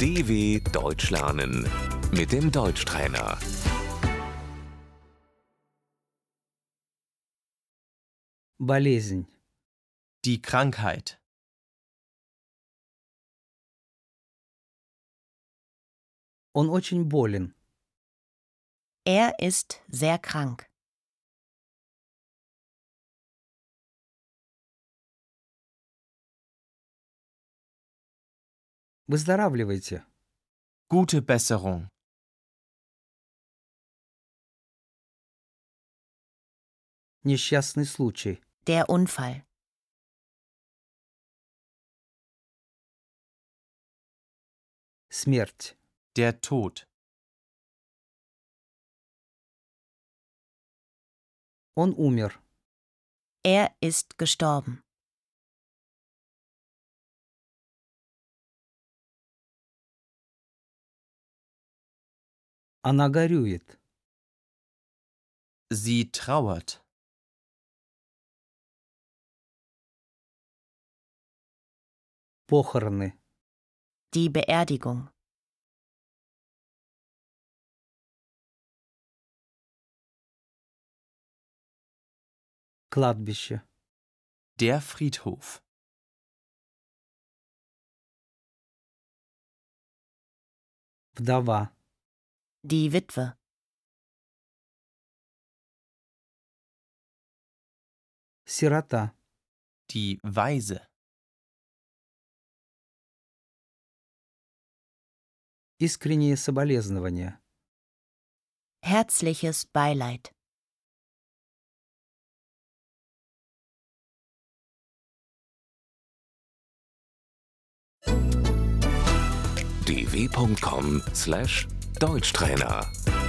DW Deutsch lernen mit dem Deutschtrainer. Болезнь. Die Krankheit. Он очень болен. Er ist sehr krank. Выздоравливайте. Gute Besserung. Несчастный случай. Der Unfall. Смерть. Der Tod. Он умер. Er ist gestorben. Она горюет. Sie trauert. Похороны. Die Beerdigung. Кладбище. Der Friedhof. Вдова. Die Witwe. Сирота. Die Weise. Искренние соболезнования. Herzliches Beileid. dw.com/deutschtrainer